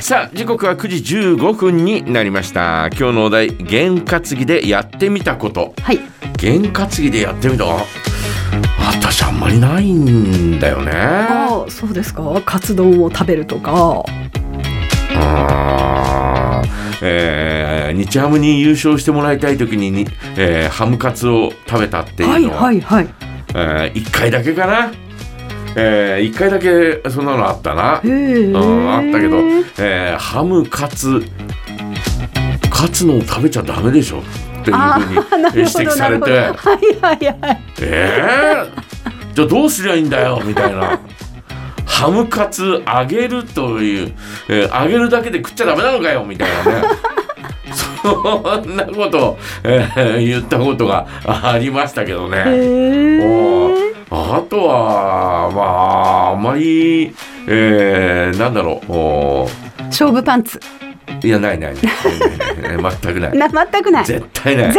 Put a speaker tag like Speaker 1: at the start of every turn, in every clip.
Speaker 1: さあ時刻は9時15分になりました今日のお題験担ぎでやってみたこと
Speaker 2: はい。
Speaker 1: 験担ぎでやってみたあ私あんまりないんだよね
Speaker 2: ああ、そうですか。カツ丼を食べるとか。
Speaker 1: あーえー、日ハムに優勝してもらいたい時にに、えーハムカツを食べたって
Speaker 2: は
Speaker 1: いう
Speaker 2: い
Speaker 1: のは、
Speaker 2: はいはい。
Speaker 1: え1回だけかな、え1回だけそんなのあったな、
Speaker 2: へえ。
Speaker 1: うん、あったけど、えーハムカツカツのを食べちゃダメでしょっていうふうに
Speaker 2: あーなるほど
Speaker 1: えー指摘されて
Speaker 2: なるほどはいはいはい。
Speaker 1: 「えー、 じゃあどうすりゃいいんだよ」みたいな。ハムカツ揚げるという、えー揚げるだけで食っちゃダメなのかよみたいなね そんなことを、えー言ったことがありましたけどね。
Speaker 2: へ
Speaker 1: お
Speaker 2: え。
Speaker 1: あとは、まあ、あんまり、えー、なんだろう。お
Speaker 2: 勝負パンツ。
Speaker 1: いや、ないないない。ない全くない。
Speaker 2: な全くない。絶
Speaker 1: 絶対ない。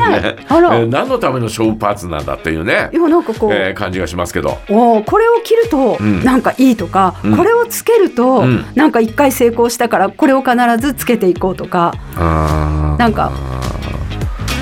Speaker 2: 対ない。あら。
Speaker 1: えー
Speaker 2: い
Speaker 1: 何のための勝負パーツなんだっていうね、
Speaker 2: やなんかこう。
Speaker 1: えー感じがしますけど。
Speaker 2: おーこれを着ると
Speaker 1: うん
Speaker 2: なんかいいとか、
Speaker 1: うん
Speaker 2: これをつけると
Speaker 1: うん
Speaker 2: なんか一回成功したからこれを必ずつけていこうとか、
Speaker 1: あー
Speaker 2: なんか。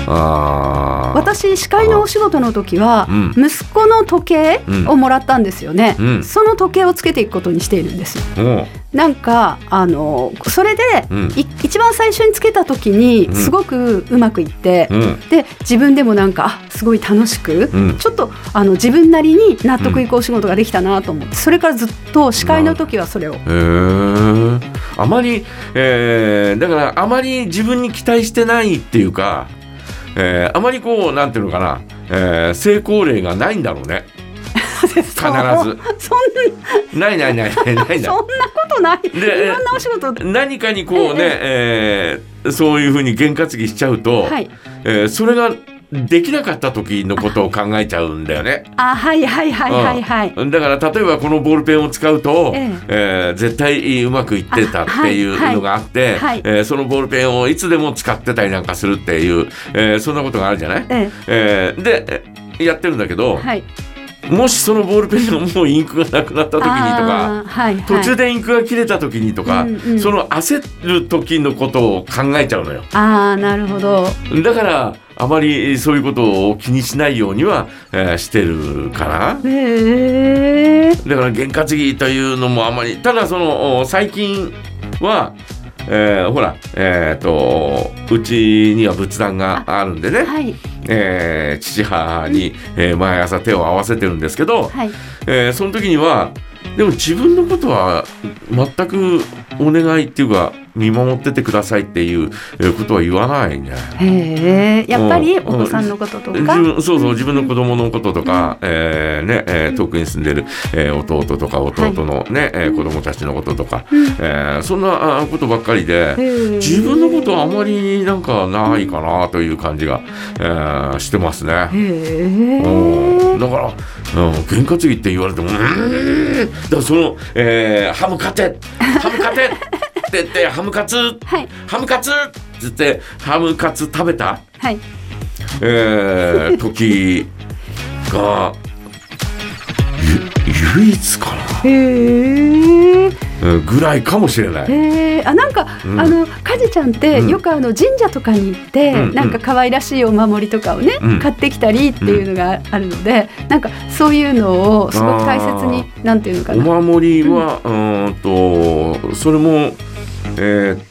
Speaker 1: あー
Speaker 2: 私司会のお仕事の時は
Speaker 1: うん
Speaker 2: 息子の時計
Speaker 1: うん
Speaker 2: をもらったんですよね、
Speaker 1: うん
Speaker 2: その時計をつけていくことにしているんですよ
Speaker 1: うん
Speaker 2: なんかあのそれで、
Speaker 1: うん
Speaker 2: い一番最初につけた時
Speaker 1: う
Speaker 2: に
Speaker 1: ん
Speaker 2: すごくうまくいって、
Speaker 1: うん
Speaker 2: で自分でもなんかあすごい楽しく、
Speaker 1: うん
Speaker 2: ちょっとあの自分なりに納得いくお仕事ができたなと思って、それからずっと司会の時はそれを
Speaker 1: へーあまり、えーだからあまり自分に期待してないっていうか、えーあまりこうなんていうのかな、えー成功例がないんだろうね
Speaker 2: 必
Speaker 1: 必ず
Speaker 2: そん
Speaker 1: ないないないないない
Speaker 2: そん
Speaker 1: な
Speaker 2: なことない。い
Speaker 1: で
Speaker 2: ろんなお仕事。
Speaker 1: 何かにこうね、えーそういうふうに験担ぎしちゃうと、
Speaker 2: はい。
Speaker 1: えーそれができなかった時のことを考えちゃうんだよね。
Speaker 2: あ、はいはいはいはいはい。
Speaker 1: うんだから例えばこのボールペンを使うと、
Speaker 2: え
Speaker 1: えー絶対うまくいってたっていう
Speaker 2: あはい
Speaker 1: のがあって、
Speaker 2: はい
Speaker 1: えーそのボールペンをいつでも使ってたりなんかするっていう、えーそんなことがあるじゃない、
Speaker 2: え
Speaker 1: えーでえやってるんだけど、
Speaker 2: え、はい。
Speaker 1: もしそのボールペンがもうインクがなくなった時にとか。
Speaker 2: あーはいはい。
Speaker 1: 途中でインクが切れた時にとか、
Speaker 2: うんうん
Speaker 1: その焦る時のことを考えちゃうのよ
Speaker 2: ああ、なるほど。
Speaker 1: だからあまりそういうことを気にしないようには、えーしてるかな。
Speaker 2: へえ。
Speaker 1: だから験担ぎというのもあまりただそのお最近は、えーほらえっ、とうちには仏壇があるんでね、
Speaker 2: はい
Speaker 1: えー父母に、えー毎朝手を合わせてるんですけど、
Speaker 2: はい。
Speaker 1: えーその時にはでも自分のことは全くお願いっていうか見守っててくださいっていうえーことは言わないね。
Speaker 2: へえ。やっぱり
Speaker 1: う
Speaker 2: お
Speaker 1: ん
Speaker 2: 子さんのことと
Speaker 1: 自
Speaker 2: か。
Speaker 1: 分そうそう自分の子供のこととか、えーねえー遠くに住んでる、えー弟とか弟の、ねえー子供たちのこととか、
Speaker 2: うん
Speaker 1: えーそんなあーことばっかりで自
Speaker 2: 自
Speaker 1: 分のことはあま。りなんかないかなという感じが、えーしてますね。
Speaker 2: へ
Speaker 1: うん
Speaker 2: え。
Speaker 1: だから、うん、験担ぎって言われても、うーんだからその、えーハムカテ、ハムカテって言って、ハムカツ、
Speaker 2: はい
Speaker 1: ハムカツって言って、ハムカツ食べた
Speaker 2: はい。
Speaker 1: えー、時がゆ唯一かな、
Speaker 2: へえ。
Speaker 1: うんぐらいかもしれない。
Speaker 2: へえあなんか、
Speaker 1: うん
Speaker 2: あのカジちゃんって、
Speaker 1: うん
Speaker 2: よくあの神社とかに行って、
Speaker 1: うんうん
Speaker 2: なんか可愛らしいお守りとかをね、
Speaker 1: うん
Speaker 2: 買ってきたりっていうのがあるので、なんかそういうのをすごく大切になんていうのか
Speaker 1: お
Speaker 2: な。
Speaker 1: 守りは、うーんとそれもえーっ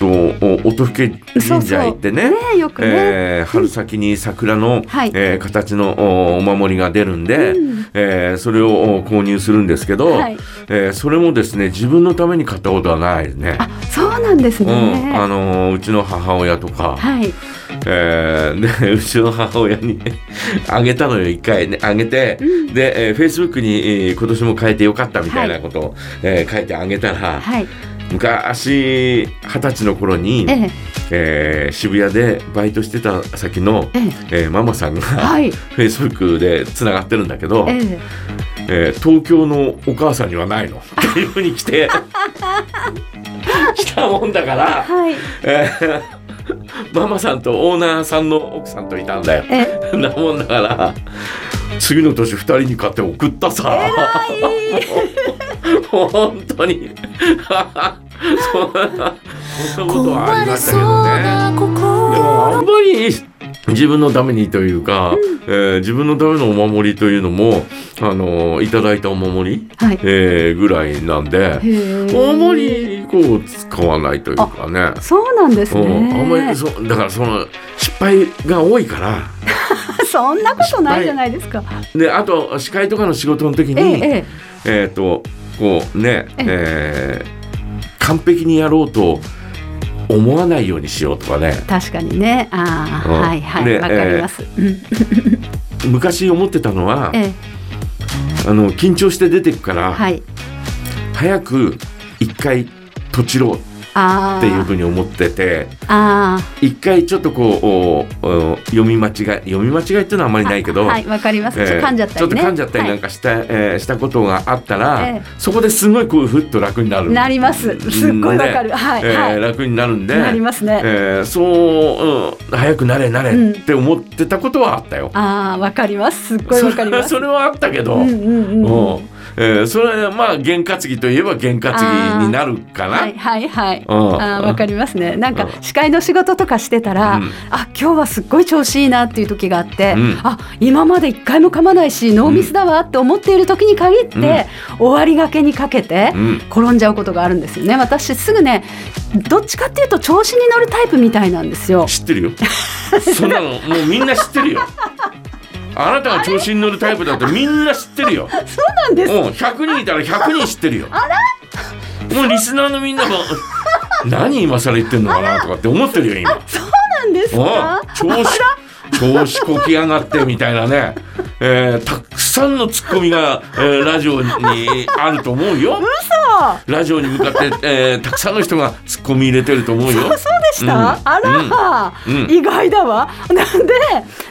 Speaker 1: とお音更神社行ってね。
Speaker 2: ねよくね。
Speaker 1: えー春先に桜の、
Speaker 2: はい
Speaker 1: えー形のおお守りが出るんで、
Speaker 2: うん
Speaker 1: えーそれをお購入するんですけど、
Speaker 2: はい
Speaker 1: えーそれもですね自分のために買ったことはないね。
Speaker 2: あそうなんです
Speaker 1: う
Speaker 2: ね。
Speaker 1: ん、あのーうちの母親とか、
Speaker 2: はい
Speaker 1: えーでう ちの母親に あげたのよ一回ねあげて、
Speaker 2: うん
Speaker 1: で、えー、Facebook に、えー今年も変えてよかったみたいなことを、えー書いてあげたら、
Speaker 2: はい
Speaker 1: 昔二十歳の頃に
Speaker 2: え、え
Speaker 1: えー渋谷でバイトしてた先の、
Speaker 2: ええ
Speaker 1: えーママさんが、
Speaker 2: はい
Speaker 1: Facebook でつながってるんだけど、
Speaker 2: え
Speaker 1: え
Speaker 2: え
Speaker 1: ー東京のお母さんには ないのっていうふうに来て来たもんだから。
Speaker 2: はい
Speaker 1: えーママさんとオーナーさんの奥さんといたんだよ。
Speaker 2: ええ
Speaker 1: なもんだから次の年2人に買って送ったさ。本当にそんなそんなことはありましたけどね。で
Speaker 2: 心
Speaker 1: もあんまり自分のためにというか、えー自分のためのお守りというのも、あのーいただいたお守り、
Speaker 2: はい
Speaker 1: えーぐらいなんで、
Speaker 2: へ
Speaker 1: あんま
Speaker 2: え
Speaker 1: りこう使わないというかね。
Speaker 2: そうなんです
Speaker 1: う
Speaker 2: ね
Speaker 1: ん、あんまりそだからその失敗が多いから
Speaker 2: そんなことないじゃないですか。
Speaker 1: であと司会とかの仕事の時に
Speaker 2: ええ、ええ、
Speaker 1: えっ、とこうね、え
Speaker 2: え
Speaker 1: ー完璧にやろうと思わないようにしようとかね
Speaker 2: 確かにね。ああ、
Speaker 1: うん
Speaker 2: はいはい、
Speaker 1: で
Speaker 2: わかります。うん
Speaker 1: 昔思ってたのは、
Speaker 2: ええ、
Speaker 1: あの緊張して出てくから、
Speaker 2: はい。
Speaker 1: 早く一回とちろう
Speaker 2: ああ、
Speaker 1: っていうふうに思ってて
Speaker 2: あ
Speaker 1: 一回ちょっとこうおお読み間違い読み間違いっていうのはあんまり
Speaker 2: あ、
Speaker 1: ないけど、
Speaker 2: はい、わかります。ちょっと
Speaker 1: えー
Speaker 2: 噛んじゃった
Speaker 1: ちょっ
Speaker 2: り
Speaker 1: と
Speaker 2: ね。
Speaker 1: 噛んじゃったりなん
Speaker 2: は
Speaker 1: かした,、えーしたことがあったら、
Speaker 2: ええ
Speaker 1: そこですごいこうふっと楽になる
Speaker 2: いなります。すっごいわかる。はい、
Speaker 1: えー
Speaker 2: は
Speaker 1: 楽になるん
Speaker 2: い。
Speaker 1: で
Speaker 2: なりますね。
Speaker 1: えーそう、うん、早くなれなれ
Speaker 2: うん
Speaker 1: って思ってたことはあったよ。
Speaker 2: ああ、わかります。すっごい
Speaker 1: そ
Speaker 2: わ
Speaker 1: れ
Speaker 2: かり
Speaker 1: は
Speaker 2: ます。
Speaker 1: それ はあったけど、
Speaker 2: うんうんう
Speaker 1: う
Speaker 2: ん。
Speaker 1: んえーそれはまあ験担ぎといえば験担ぎになるかな。
Speaker 2: はいはいはい。
Speaker 1: うん
Speaker 2: あーわかりますね。なんか
Speaker 1: うん
Speaker 2: 司会の仕事とかしてたら、
Speaker 1: うん
Speaker 2: あ今日はすっごい調子いいなっていう時があって、
Speaker 1: うん
Speaker 2: あ今まで一回も噛まないしノーミスだわって思っている時に限って、
Speaker 1: うん
Speaker 2: 終わりがけにかけて。
Speaker 1: うん
Speaker 2: 転んじゃうことがあるんですよね私すぐねどっちかっていうと調子に乗るタイプみたいなんですよ
Speaker 1: 知ってるよそんなのもうみんな知ってるよあなたが調子に乗るタイプだってみんな知ってる よ
Speaker 2: そう なんです
Speaker 1: うん、100人いたら100人知ってるよ。もうリスナーのみんなも、 何今更言ってんのかなとかって思ってるよ、今。
Speaker 2: なんですか
Speaker 1: うん、調子、調子こき上がってみたいなね。えーたくさんのツッコミが、えーラジオにあると思うよ。
Speaker 2: 嘘
Speaker 1: ラジオに向かって、えーたくさんの人がツッコミ入れてると思うよ。
Speaker 2: そうでした、
Speaker 1: うん
Speaker 2: あら、
Speaker 1: うん
Speaker 2: 意外だわなんで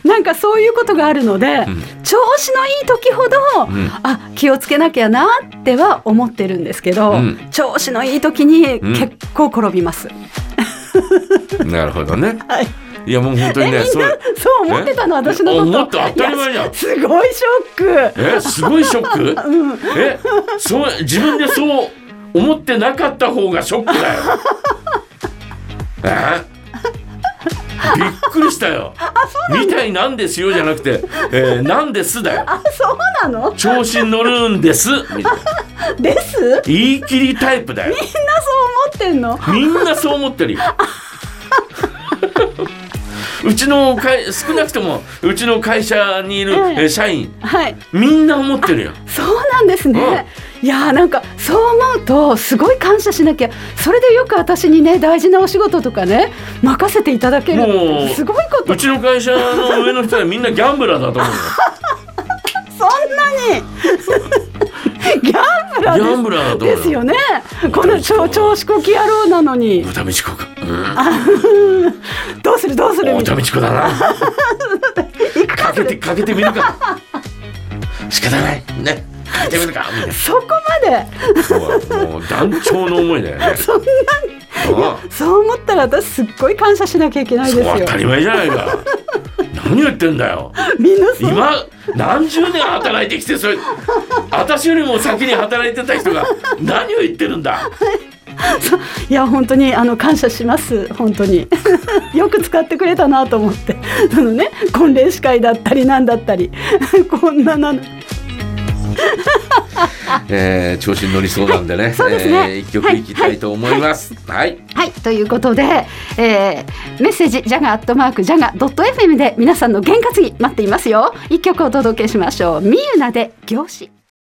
Speaker 2: なんかそういうことがあるので、調子のいい時ほど、
Speaker 1: ん
Speaker 2: あ気をつけなきゃなっては思ってるんですけど、
Speaker 1: うん
Speaker 2: 調子のいい時に
Speaker 1: うん
Speaker 2: 結構転びます、
Speaker 1: なるほどね。
Speaker 2: はい、
Speaker 1: いや、もう本当
Speaker 2: えみ
Speaker 1: に
Speaker 2: んな
Speaker 1: ね、それ。
Speaker 2: そう思ってたの私のこと
Speaker 1: 思った当たり前じゃん
Speaker 2: いやすごいショック
Speaker 1: えすごいショック、えそう自分でそう思ってなかった方がショック だよえびっくりしたよみたいなんですよじゃなくて、えーなんですだよ
Speaker 2: あそうなの
Speaker 1: 調子に乗るんですみたいな
Speaker 2: ですみんなそう
Speaker 1: 言い切りタイプだよ
Speaker 2: 思ってんの
Speaker 1: みんなそう思ってるようちの会少なくともうちの会社にいる、え
Speaker 2: ええ
Speaker 1: ー社員
Speaker 2: はい
Speaker 1: みんな思ってるよ
Speaker 2: そうなんですね。いやーなんかそう思うとすごい感謝しなきゃそれでよく私にね大事なお仕事とかね任せていただける
Speaker 1: もう
Speaker 2: すごいこと
Speaker 1: うちの会社の上の人はみんなギャンブラーだと思うよ
Speaker 2: そんな にギャンブラ
Speaker 1: ギャン
Speaker 2: ー
Speaker 1: ブラーだと
Speaker 2: で
Speaker 1: 思
Speaker 2: す
Speaker 1: うよ
Speaker 2: よねこの超調子こき野郎なのに
Speaker 1: 豚道子か、
Speaker 2: どうするどうす
Speaker 1: う
Speaker 2: る
Speaker 1: ん、
Speaker 2: みた
Speaker 1: 豚
Speaker 2: い
Speaker 1: 道子だなかけてかけてみるか仕方ないねかけてみるかみたい
Speaker 2: なそこまで
Speaker 1: なそうもう断腸の思いだよね
Speaker 2: そんな
Speaker 1: うん
Speaker 2: そう思ったら私すっごい感謝しなきゃいけないです
Speaker 1: そう
Speaker 2: よ
Speaker 1: 当たり前じゃない か何言ってんだよ
Speaker 2: みんなそう
Speaker 1: 今何十年働いてきてそれ私よりも先に働いてた人が何を言ってるんだ
Speaker 2: いや本当にあの感謝します本当に よく使ってくれたなと思って そのね婚礼司会だったりなんだったり こんななの
Speaker 1: えー、調子に乗りそうなんでね、
Speaker 2: そうですね
Speaker 1: えー一曲いきたいと思います。はい、
Speaker 2: はいということで、えーメッセージジャガアットマークジャガドット FM で皆さんの験担ぎ待っていますよ一曲お届けしましょうみゆなで凝視